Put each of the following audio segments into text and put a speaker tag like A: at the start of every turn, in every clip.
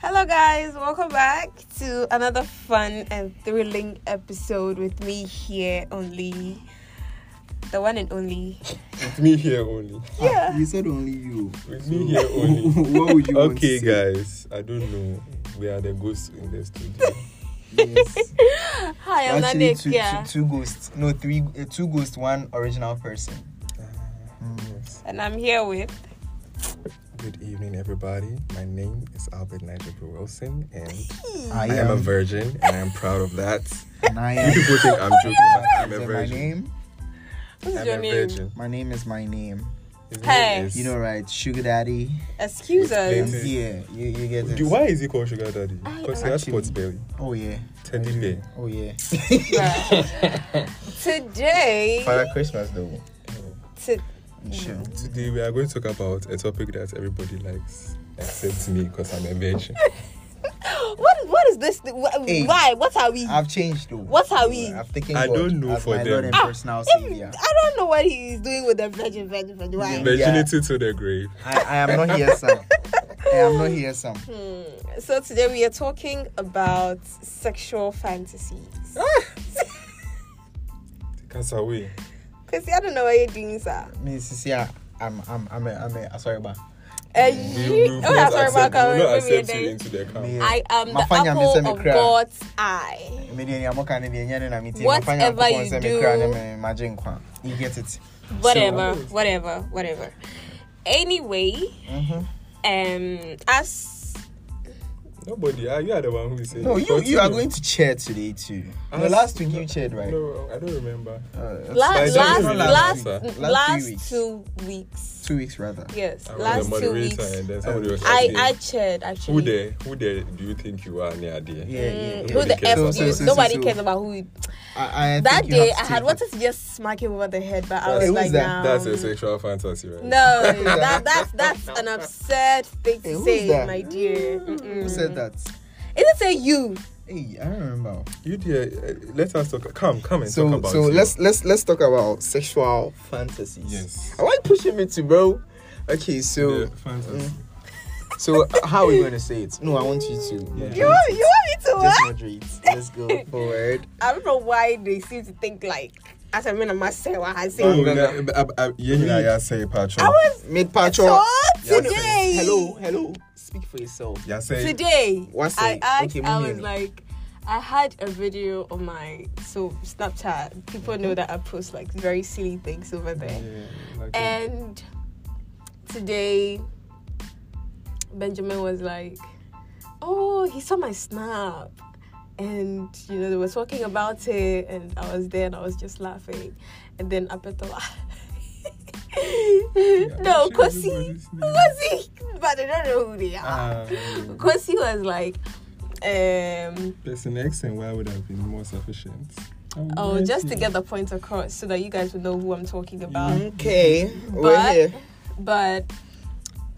A: Hello, guys. Welcome back to another fun and thrilling episode with me here only. The one and only.
B: With me here only.
A: Yeah.
C: Ah, You said only you.
B: With me here only.
C: what would you want
B: Okay,
C: to say?
B: guys. I don't know. We are the ghosts in the studio.
C: Yes.
A: Hi, I'm
C: Actually,
A: Nanek.
C: two,
A: Yeah.
C: two, two ghosts. No, three. Uh, two ghosts, one original person.
B: Yes.
A: And I'm here with.
B: Good evening, everybody. My name is Albert Nigel B. Wilson, and
C: I,
B: I am a virgin, and I'm proud of that.
C: And I
B: You
C: am.
B: people think I'm joking, but I'm
C: Is
B: a
C: that my
B: virgin.
C: name?
A: What's
B: I'm
A: your
B: a
A: name?
B: virgin.
C: My name is my name.
B: His name
A: Hey.
B: is-
C: You know, right? Sugar Daddy.
A: Excuse
C: I'm
A: us.
B: Explain.
C: here. You, you get it.
B: Do, why is he called Sugar Daddy?
A: I
B: Because he
A: don't
B: has
C: know.
B: sports belly.
C: Oh yeah.
B: Teddy
C: I do.
B: bear.
C: Oh yeah.
A: Bruh. Today.
C: Father Christmas though.
A: to-
C: Sure.
B: Today we are going to talk about a topic that everybody likes, except me, because I'm a virgin.
A: what, what is this? thi- wh-
C: Hey.
A: Why? What are we?
C: I've changed though.
A: What are we?
C: I've taken.
B: I
C: God
B: don't know
C: as
B: for
C: my
B: them.
C: Lord and
A: Ah,
C: personal
A: Em-
C: savior.
A: I don't know what he's doing with the virgin, virgin, virgin. Why?
C: Yeah.
B: Virginity to the grave.
C: I, I am not here, Sam. I am not here, Sam.
A: Hmm. So today we are talking about sexual fantasies.
B: Take us away.
A: Cause I don't know what you're doing, sir.
C: Miss Cecilia, I'm, I'm, I'm, a, I'm a, sorry, but
A: Uh,
B: We
A: you-
B: will
A: oh,
B: not
A: yeah, sorry,
B: accept-
A: Malcolm,
B: we will not
A: maybe
B: accept you
A: then.
B: into the camp.
C: Me-
A: I am the
C: Mafanya
A: apple
C: amesema
A: of
C: cry.
A: God's eye.
C: Mediani, I'm not kind of any na miti.
A: Whatever
C: Nafanya mkubwa
A: you
C: niseme
A: do.
C: cry na me- imagine kwa. You get it.
A: Whatever, whatever, whatever. Anyway,
C: Mhm.
A: um, as
B: Nobody. ah, You are the one who is saying.
C: No,
B: it.
C: you, you are
B: Continue.
C: going to chair today too.
B: Ah,
C: No, last week you chaired, right?
B: No, I don't remember.
C: Uh,
B: But
A: last
B: it's
A: last
B: only
A: last Mm, last,
B: last
C: week. Last three weeks.
A: two weeks,
C: two weeks rather.
A: yes,
B: I was
A: last
B: the
A: two
B: moderator,
A: weeks,
B: and then somebody
C: Um,
B: was
A: I
B: asking,
A: I cheered actually.
B: who there? Who there? Do you think you are near there?
C: Yeah, yeah.
A: Mm,
C: yeah.
A: Who
B: Nobody
A: the
B: cares
A: f?
B: about
A: you?
B: that. So, so,
A: Nobody
C: so.
A: cares about who. you-
C: I, I
A: That
C: think you
A: day,
C: have
A: I
C: to
A: had
C: take
A: wanted to just smack him over the head, but I
C: Hey,
A: was
C: who's
A: like,
C: that?
A: nah.
B: That's a sexual fantasy, right?
A: Um, No, that, that's that's an absurd thing
C: Hey,
A: to
C: who's
A: say,
C: that?
A: my dear.
C: it. Who said that?
A: Isn't it you?
C: Hey, I don't remember.
B: You there? uh, Let us talk. Come, come and talk
C: So,
B: about.
C: so
B: you.
C: let's let's let's talk about sexual fantasies.
B: Yes.
C: I want pushing me to bro. Okay, so
B: The fantasy.
C: so how are we going to say it? No, I want you to. moderate
A: You want, you want me to
C: Just
A: what?
C: moderate. Let's go forward.
A: I don't know why they seem to think like as a man I must say what I say.
B: Oh,
C: Mm.
B: yeah, uh, uh, yeah, yeah, yeah, say, Patrick.
A: I was
C: Mid
A: so
C: patrol.
A: today.
C: Hello, hello. Speak for yourself.
B: Yeah, say.
A: Today,
C: What's
A: I
C: it?
A: asked,
C: Okay,
A: I
C: move
A: was
C: on.
A: like, I had a video on my so Snapchat. People know that I post like very silly things over there.
B: Yeah, like,
A: And today, Benjamin was like, Oh, he saw my snap. And, you know, they were talking about it. And I was there and I was just laughing. And then Apetola. no,
B: I'm sure
A: Kosi.
B: everybody's name.
A: Kosi. But I don't know who they are.
B: um,
A: Kosi was like, um,
B: Person X and Y would have been more sufficient.
A: Oh, just to get the point across so that you guys would know who I'm talking about.
C: Okay,
A: Um, But-
C: we're here.
A: But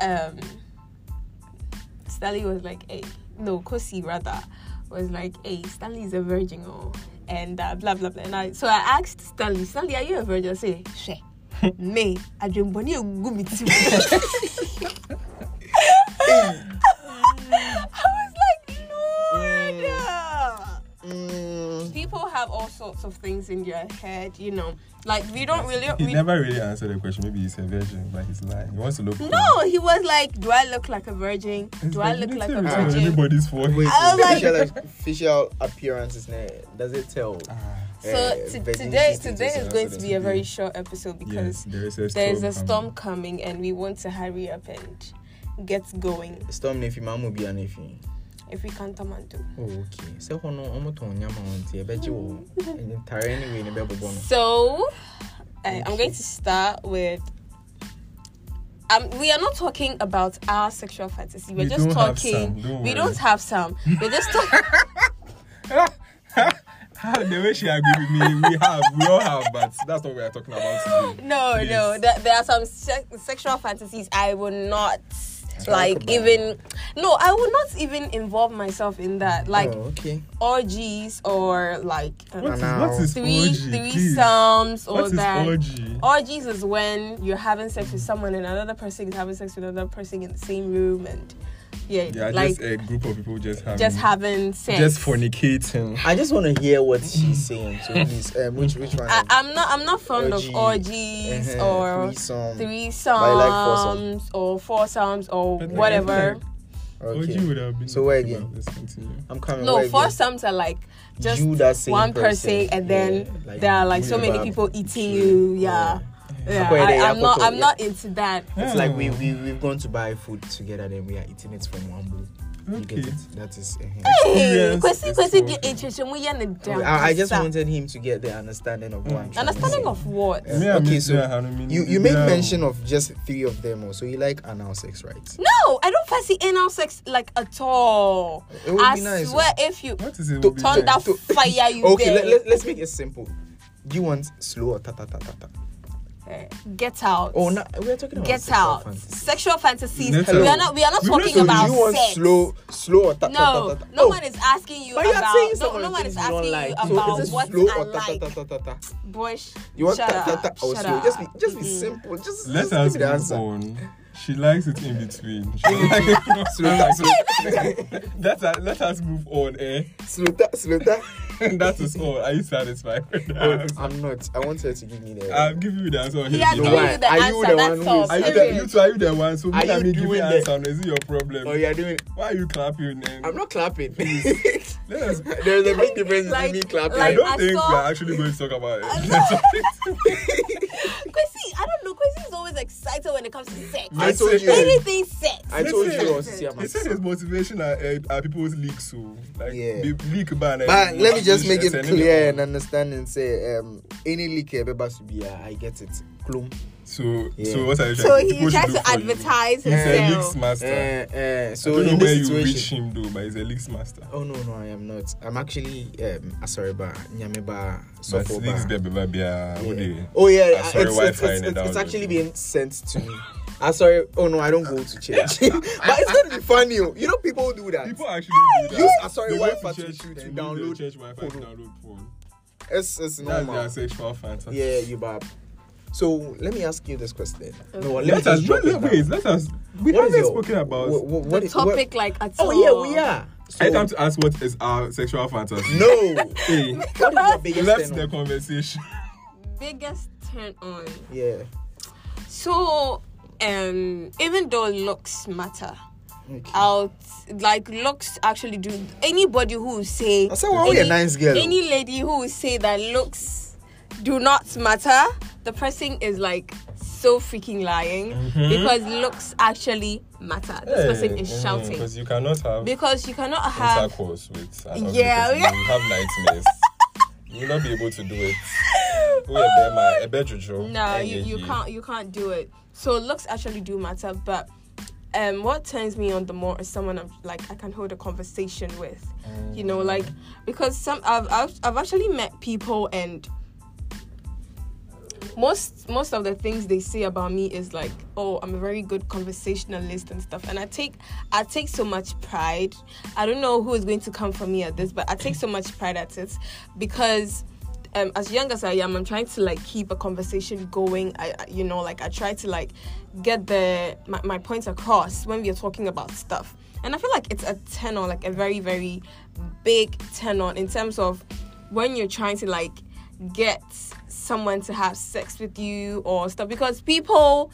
A: um Stanley was like, hey, no, Kosi rather was like, hey, Stanley is a virgin oh, and uh, blah blah blah. And I, so I asked Stanley, Stanley, are you a virgin? I say, she. Me, I dream bunny gumi too. I was like, Lord.
C: Mm,
A: People have all sorts of things in their head, you know. Like we don't really.
B: He
A: we-
B: never really answered the question. Maybe he's a virgin, but he's lying. He wants to look. cool.
A: No, he was like, "Do I look like a virgin?
B: His
A: Do I look like a
B: virginity is on
A: virgin?" Um,
B: Anybody's forehead.
C: wait,
A: I was like-
C: facial, facial appearance is there. Does it tell?
B: Ah,
A: So t-
C: virginity
A: today,
C: status
A: today is
C: and all
A: going
C: that
A: to be a very
B: today.
A: short episode
B: yes,
A: because
B: there is a storm.
A: there is a storm
B: coming.
A: coming and we want to hurry up and get going.
C: Storm nefi mamu bi anefi.
A: If we can, come and do.
C: Oh, okay. Sɛ hɔ no ɔmo tɔn nyama wɔn ti ɛbɛgye wɔ ntare anyway ne bɛbobɔ no.
A: So I, I'm going to start with. Um, we are not talking about our sexual fantasy. We're
B: We
A: just
B: don't have
A: talking.
B: some, don't
A: we
B: worry.
A: don't have some. We're just talking.
B: Ah, the way she agreed with me, we have, we all have, but that's not what we are talking about today.
A: No,
B: Please.
A: no. There, there are some se- sexual fantasies I will not like
C: about.
A: even no i will not even involve myself in that like
C: oh, okay.
A: orgies or like I don't
B: What is,
A: know,
B: what is
A: three
B: orgy? please?
A: threesomes or
B: What is
A: that
B: orgy?
A: orgies is when you're having sex with someone and another person is having sex with another person in the same room and yeah,
B: Yeah,
A: like
B: just a group of people just having
A: just having sex.
B: just fornicating.
C: I just want to hear what she's saying. So please, um, which which one?
A: I, I'm not. I'm not fond
C: Orgy.
A: of orgies
C: Uh-huh,
A: Uh, or
C: threesome.
A: threesomes or foursomes or
B: But like, I feel
A: whatever.
B: like
C: Okay.
B: OG would have been
C: So where
B: about
C: again?
B: this, continue.
C: I'm coming.
A: No,
C: where again?
A: foursomes are like just
C: You that same
A: one person, and then there are like so
C: we
A: many
C: have-
A: people eating you. Yeah, yeah.
C: Akwa Ede,
A: I, I'm not.
C: Akoko,
A: I'm
C: yeah.
A: not into that.
C: It's like we we we've gone to buy food together, then we are eating it from one bowl. You get
B: Okay.
C: it? That is. uh,
A: Hey,
B: Yes,
A: kwesi
B: it's
A: kwesi
B: working.
A: di interesting. We are in the
C: I, I just wanted him to get the understanding of what I'm trying to
A: understanding
C: say.
A: of what.
C: Yeah.
B: Me and
C: Okay,
B: Miss
C: so
B: Mia Hanumin,
C: You you
B: we
C: make
B: are-
C: mention of just three of them, also. You like anal sex, right?
A: No, I don't fancy anal sex like at all.
C: It would
A: I
C: be nice.
A: swear, if you
B: What is it?
C: To-
B: Obi?
A: turn that
C: To-
A: fire, you
C: Okay,
A: there.
C: let, let, let's make it simple. Do you want slow or ta ta ta ta ta?
A: Eh, Get out.
C: Oh, no, we're talking about
A: Get
C: sexual
A: out.
C: fantasy.
A: Sexual fantasies.
B: Get
A: We are
B: out.
A: not. We are not
B: We've
A: talking
B: not-
A: about
C: Do you want
A: sex.
C: slow, slow or ta ta ta
A: No,
C: ta? ta?
A: no
C: Oh,
A: one is asking you
C: But you are
A: about.
C: saying
A: no,
C: some
A: no
C: of the
A: one is
C: things you
A: asking
C: don't
A: you
C: like. So
A: about
C: is it
A: what
C: slow
A: I
C: or ta ta
A: like.
C: ta ta ta ta?
A: Bush,
C: You want
A: shut
C: ta ta
A: up.
C: ta or
A: shut
C: slow?
A: up. Mm.
C: Just be, just be simple. Just
B: Let
C: just give
B: us
C: me the
B: move
C: answer.
B: on. She likes it in between. She likes-
C: Slow ta, slow
B: let, us, let us move on, eh?
C: slow ta, slow ta.
B: that is all. Are you satisfied with that?
C: Oh, I'm not. I want her to give me the.
B: I'm giving you the answer on
A: He
B: his
A: has
B: behalf.
A: given you the
C: Are you
A: answer.
C: the one
A: That's
C: who
A: all.
C: is-
B: Are you the,
A: Period.
B: you two are you the one? So me
C: Are
B: and
C: you
B: me giving
C: doing the-
B: answer. Is it your problem?
C: oh, you're doing.
B: Why are you clapping? And
C: I'm not clapping.
B: Let us.
C: There's a big difference
A: Like-
C: between me clapping.
B: I
A: like-
B: don't
A: I
B: think
A: saw-
B: we're actually going to talk about it.
A: Kwesi, I don't know. Kwesi is always excited when it comes to sex.
C: I told you.
A: Anything sex.
C: I told you I was here
B: He said
C: myself.
B: his motivation are, uh, are people's leak, so like
C: Yeah.
B: the leak ban. and-
C: But let me just make it
B: and
C: clear
B: anyone.
C: and understand and say, um, any leak ever should be, uh, I get it. Klum.
B: So
C: Yeah.
B: so what are you
A: so
B: trying
A: he
B: people should
A: tries
B: do
A: to
B: for you?
A: advertise
B: He's a
A: himself.
B: leaks master.
C: Uh, uh,
B: I
C: so
B: don't
C: in
B: know where
C: this
B: you
C: situation,
B: reach him though, but he's a leaks master.
C: oh no, no, I am not. I'm actually um, Asoriba, Nyameba,
B: But leaks there,
C: Sofoba.
B: baby, baby, ah, who
C: Yeah.
B: they-
C: Oh yeah,
B: Ah,
C: it's,
B: sorry,
C: it's, it's,
B: Wi-Fi
C: it's,
B: in the
C: it's,
B: download.
C: actually being sent to me. I'm sorry. Oh no, I don't go to church, but it's gonna be funny. oh. You know, people do that.
B: People actually do that.
C: Use Asori
B: They go
C: Wi-Fi
B: to
C: to-
B: church
C: to
B: use
C: download
B: their church Wi-Fi to
C: porn.
B: download porn.
C: It's it's
B: That's
C: normal.
B: their sexual fantasy.
C: Yeah, you bab. So let me ask you this question. No, let, me
B: Let
C: just
B: us
C: drop
B: wait.
C: it down.
B: Let us. We
C: What is
B: haven't
C: your-
B: spoken about.
C: what, what, what
A: the
C: is- what-
A: topic like at all.
C: Oh yeah, we are.
B: I
C: So-
B: come to ask what is our sexual fantasy.
C: No.
B: Hey,
C: what is your biggest
B: left
C: turn
B: the
C: on?
B: conversation.
A: Biggest turn on.
C: Yeah.
A: So um even though looks matter.
C: Okay.
A: Out like looks actually do anybody who will say
C: I said, well, we a nice girl.
A: any lady who will say that looks do not matter, the person is like so freaking lying because looks actually matter. This person is shouting.
B: because you cannot have
A: because you cannot have
B: intercourse with an ugly
A: Yeah,
B: person.
A: yeah.
B: You will have nightmares. you will not be able to do it. Oh, a bear man, a bear juju.
A: No,
B: Eh,
A: you,
B: yeah,
A: you
B: yeah.
A: can't you can't do it. So looks actually do matter, but um, what turns me on the more is someone I'm like I can hold a conversation with, you know, like because some I've, I've I've actually met people and most most of the things they say about me is like oh i'm a very good conversationalist and stuff and i take i take so much pride i don't know who is going to come for me at this but i take so much pride at it because um, as young as i am i'm trying to like keep a conversation going i I- you know like i try to like get the my, my points across when we are talking about stuff and i feel like it's a tenor like a very very big tenor in terms of when you're trying to like get someone to have sex with you or stuff because people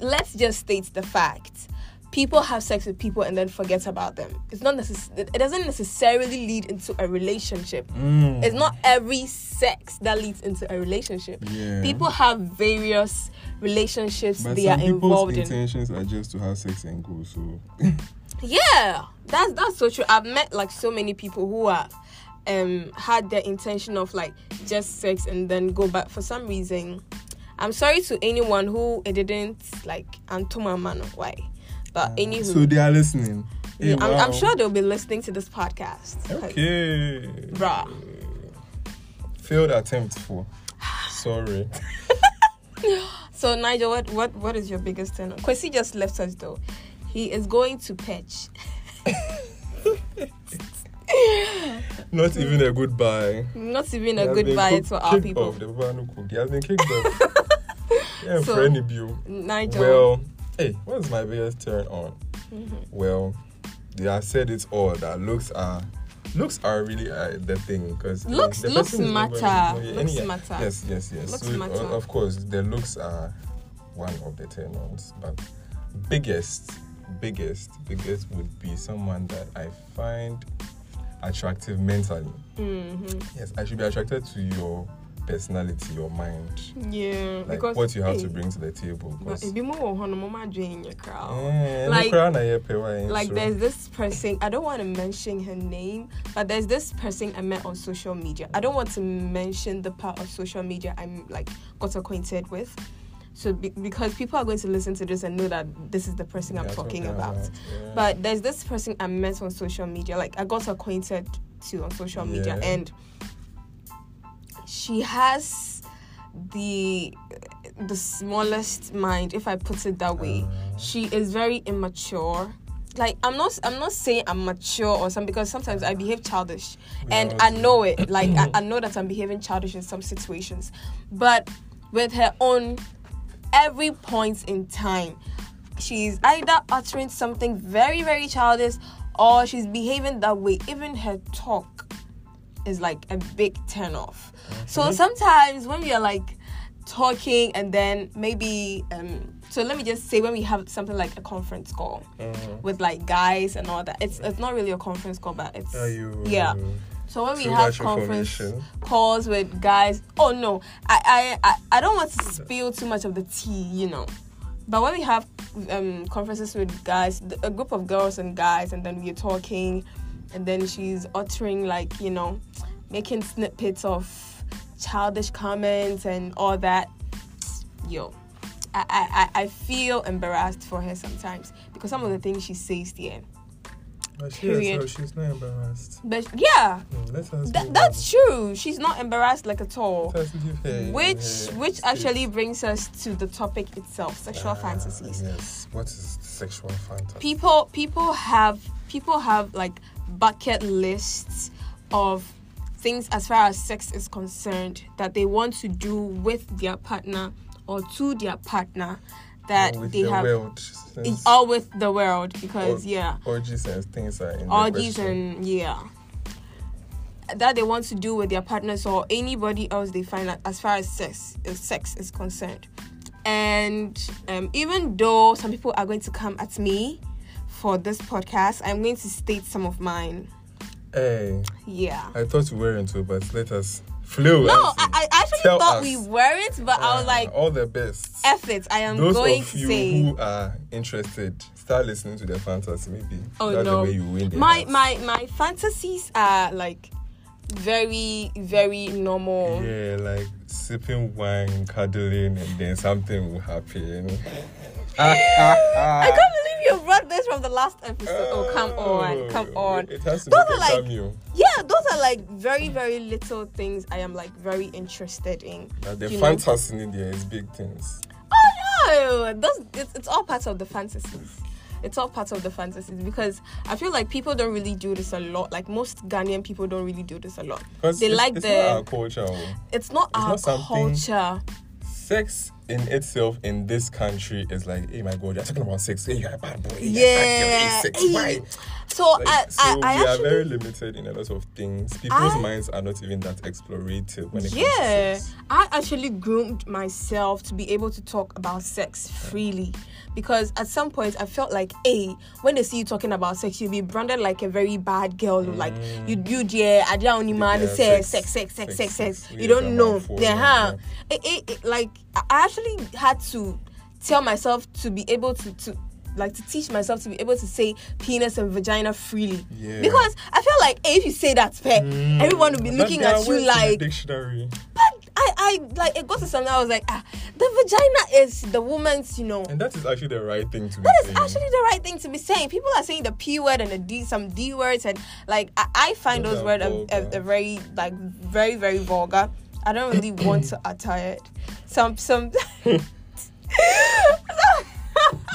A: let's just state the fact people have sex with people and then forget about them it's not necess- it doesn't necessarily lead into a relationship
B: Mm.
A: it's not every sex that leads into a relationship
B: Yeah.
A: people have various relationships
B: But
A: they
B: some
A: are
B: people's
A: involved in
B: intentions are just to have sex and go. So
A: yeah, that's that's so true. I've met like so many people who have um had their intention of like just sex and then go back for some reason. I'm sorry to anyone who it didn't like Antoma Mano why. But anywho
B: so they are listening. Hey,
A: I'm, I'm
B: wow.
A: sure they'll be listening to this podcast. 'Cause,
B: Okay.
A: Bruh.
B: Failed attempt for. Sorry.
A: So Nigel, what what what is your biggest turn on? Kwesi just left us though. He is going to pitch.
B: Not even a goodbye.
A: Not even a
B: He has been
A: goodbye
B: cook-
A: to our
B: kicked
A: people.
B: Off. The man who cooked. He has been kicked off. yeah,
A: So-
B: for any bill.
A: Nigel. Mm-hmm.
B: Well, hey, what's my biggest turn on? Well, they have said it all that looks are looks are really uh, the thing because
A: Looks- looks matter. Looks matter.
B: Yes, yes, yes.
A: Looks
B: so,
A: matter.
B: o- of course, the looks are one of the turn ons, but biggest, biggest, biggest would be someone that I find attractive mentally.
A: Mm-hmm.
B: Yes, I should be attracted to your personality, your mind,
A: Yeah,
B: like
A: because
B: what you have
A: hey,
B: to bring to the table.
A: But
B: Because,
A: ebi mu wɔ hɔ no mo ma dwen yɛ koraa o.
B: Eh, no
A: Like-
B: cry na yɛ pɛ, why,
A: Like
B: so-
A: there's this person I don't want to mention her name, but there's this person I met on social media. I don't want to mention the part of social media I'm like got acquainted with, so be- because people are going to listen to this and know that this is the person I'm
B: Yeah,
A: talking about.
B: yeah.
A: But there's this person I met on social media, like I got acquainted to on social media,
B: Yeah.
A: and she has the the smallest mind, if I put it that way.
B: Ah.
A: she is very immature. Like I'm not I'm not saying I'm mature or something because sometimes I behave childish
B: We
A: and
B: all
A: I
B: do.
A: know it. Like I, I know that I'm behaving childish in some situations. But with her own every point in time, she's either uttering something very, very childish or she's behaving that way. Even her talk is like a big turn off. So sometimes when we are like talking and then maybe um so let me just say when we have something like a conference call
B: Mm.
A: with like guys and all that it's it's not really a conference call but it's
B: Are you- uh,
A: yeah so when we
B: Too
A: have
B: much
A: conference
B: information.
A: calls with guys, oh no, I, I I I don't want to spill too much of the tea, you know. But when we have um, conferences with guys, th- a group of girls and guys, and then we're talking, and then she's uttering like you know, making snippets of childish comments and all that. Yo, I I, I I feel embarrassed for her sometimes because some of the things she says there.
B: But she
A: Period.
B: herself, she's not embarrassed.
A: But yeah,
B: Mm, Let us
A: Th-
B: move
A: that's
B: on.
A: true. She's not embarrassed like at all.
B: Let us give her-
A: Which
B: her
A: which
B: space.
A: actually brings us to the topic itself, sexual
B: Ah,
A: fantasies.
B: Yes. What is sexual fantasy?
A: People people have people have like bucket lists of things as far as sex is concerned that they want to do with their partner or to their partner that
B: Or with
A: they
B: the
A: have
B: world, since
A: all with the world because
B: Or-
A: yeah
B: orgies and things are in the
A: orgies
B: question.
A: and yeah that they want to do with their partners or anybody else they find out as far as sex as sex is concerned and um, even though some people are going to come at me for this podcast i'm going to state some of mine
B: Hey,
A: yeah
B: I thought we were into, it, but let us flew.
A: no i, I actually
B: Tell
A: thought
B: us.
A: we weren't but i was like
B: Ah, all the best.
A: F it, I am
B: Those
A: going
B: of
A: to
B: you
A: say
B: who are interested, start listening to the fantasy. Maybe
A: Oh,
B: that's
A: no.
B: the way you win. The
A: my
B: hearts.
A: my my fantasies are like very very normal
B: Yeah, like sipping wine, cuddling, and then something will happen. Ah,
A: I can't believe you brought this from the last episode. Oh, come on, come on.
B: Oh, It has to
A: Those
B: be
A: are like-
B: cameo.
A: Yeah, those are like very, very little things I am like very interested in.
B: That the
A: you know?
B: fantasy in there is big things.
A: Oh no, those it's, it's all part of the fantasies. It's all part of the fantasies because I feel like people don't really do this a lot. Like most Ghanaian people don't really do this a lot.
B: 'Cause
A: They
B: it's,
A: like
B: it's
A: the-
B: not our culture. oh.
A: It's not our
B: not something-
A: culture.
B: Sex in itself in this country is like, hey my god, you're talking about sex. Hey, you're a bad boy.
A: Yeah.
B: You're a bad girl. Hey, sex.
A: Hey.
B: Why?
A: So
B: Like,
A: I,
B: so
A: I, I
B: we
A: actually
B: are very limited in a lot of things. People's
A: I-
B: minds are not even that explorative when it comes to
A: Yeah,
B: sex.
A: I actually groomed myself to be able to talk about sex freely because at some point I felt like, hey, when they see you talking about sex, you'll be branded like a very bad girl. Like you, you, yeah, I don't only man
B: Mm. Yeah,
A: say sex,
B: sex,
A: sex, sex,
B: sex,
A: sex, sex.
B: sex.
A: You
B: Yeah,
A: don't
B: come
A: know,
B: on, forward,
A: yeah, huh?
B: yeah.
A: It, it, it, like I actually had to tell myself to be able to to. Like to teach myself to be able to say penis and vagina freely,
B: Yeah. Mm.
A: because I feel like eh, if you say that, eh, everyone will be
B: But
A: looking
B: there are
A: at
B: words
A: you
B: in the
A: like
B: dictionary.
A: but I, I like it got to something I was like, ah, the vagina is the woman's, you know.
B: And that is actually the right thing to be
A: That is
B: saying.
A: actually the right thing to be saying. People are saying the p word and the d some d words, and like I, I find
B: Those
A: those
B: are
A: words a, a,
B: vulgar.
A: a very like very very vulgar. I don't really want to utter it. Some some.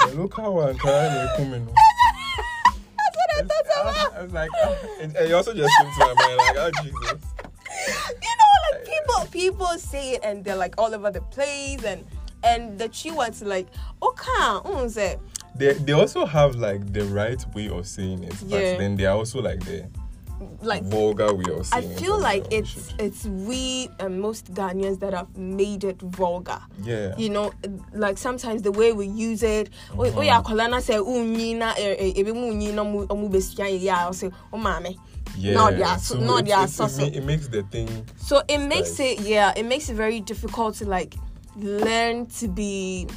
B: the local one trying to come in.
A: That's what I thought about.
B: I was like, ah, and, and it also just came to my mind, like, oh Jesus.
A: you know, like people people say it "Oh, mm, and they're like all over the place and and that she wants to like okay unze
B: they they also have like the right way of saying it, but
A: Yeah.
B: then they are also like the
A: Like
B: vulgar way of
A: I
B: saying it.
A: feel
B: as
A: like
B: well. We
A: it's
B: should-
A: it's we and most Ghanaians that have made it vulgar.
B: yeah.
A: You know, like sometimes the way we use it. Oh, oh
B: Uh-huh.
A: yeah, Kolana say, "Oh, Nina, ebe mu Nina mu omu besia ye ya." I say, "Oh, mame."
B: yeah.
A: not their- not
B: it,
A: their
B: it, it,
A: susu.
B: ma- it makes the thing
A: So it makes
B: Right.
A: it yeah, it makes it very difficult to like learn to be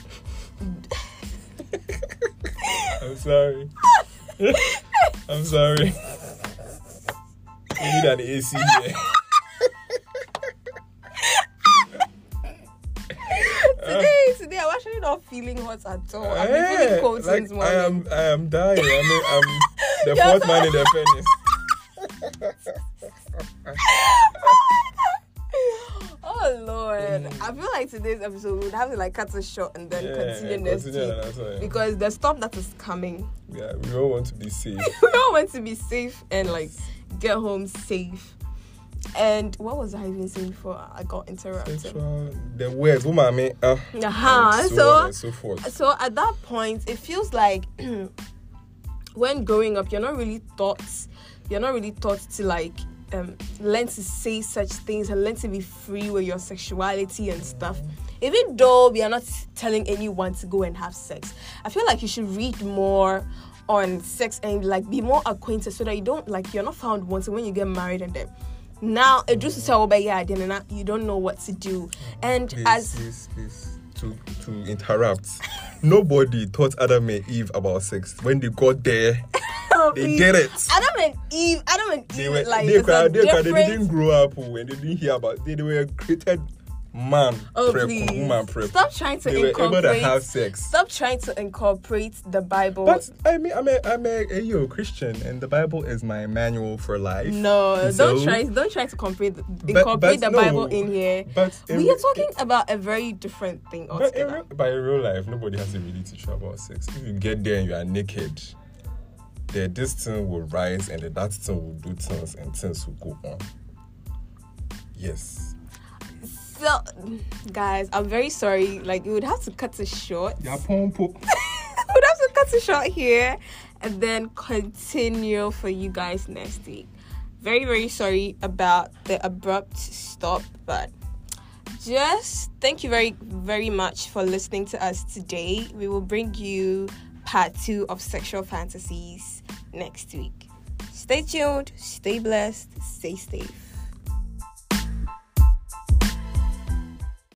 B: I'm sorry. I'm sorry. We need an AC here.
A: today. Today I'm actually not feeling hot at all. I'm
B: Eh,
A: feeling cold
B: like,
A: since
B: I
A: morning.
B: am I am dying. I mean, I'm the
A: You're
B: fourth
A: so-
B: man in the furnace.
A: Oh Lord, I feel like today's episode we'd have to like cut it short and then
B: Mm. Yeah,
A: continue
B: continue
A: next week
B: another time.
A: because the storm that is coming,
B: Yeah, we all want to be safe.
A: we all want to be safe and like get home safe. And what was I even saying before I got interrupted?
B: Sexual, the words, woman, I mean, uh,
A: Uh-huh,
B: and so,
A: so-
B: on and so forth.
A: So at that point, it feels like when growing up, you're not really taught. You're not really taught to like um, learn to say such things and learn to be free with your sexuality and stuff. Even though we are not telling anyone to go and have sex, I feel like you should read more on sex and like be more acquainted so that you don't like you're not found wanting when you get married and then now it just so but yeah then and I- you don't know what to do and
B: Please,
A: as
B: please, please, to to interrupt. Nobody taught Adam and Eve about sex. When they got there, they did it.
A: Adam and Eve, Adam and Eve,
B: they were
A: like
B: they,
A: it's a
B: cry, they, cry, they
A: different-
B: didn't grow up oh, and they didn't hear about they, they were created man
A: Oh
B: prep,
A: please,
B: woman prep.
A: stop trying to
B: they were able
A: incorporate.
B: to have sex
A: Stop trying to incorporate the Bible.
B: but I mean, I'm a, I'm a, a yo, Christian, and the Bible is my manual for life.
A: no,
B: So-
A: don't try, don't try to incorporate, the-
B: But-
A: incorporate the
B: but
A: Bible
B: no,
A: in here.
B: But in
A: we are
B: re-
A: talking about a very different thing
B: But in,
A: altogether.
B: real- but in real life, nobody has to really teach you about sex. If you get there and you are naked, the this thing will rise and the that thing will do things and things will go on. Yes.
A: so, guys, I'm very sorry. Like, you would have to cut it short.
B: Yeah, pom, pom.
A: would have to cut it short here and then continue for you guys next week. Very, very sorry about the abrupt stop, but just thank you very, very much for listening to us today. We will bring you part two of sexual fantasies next week. Stay tuned, stay blessed, stay safe.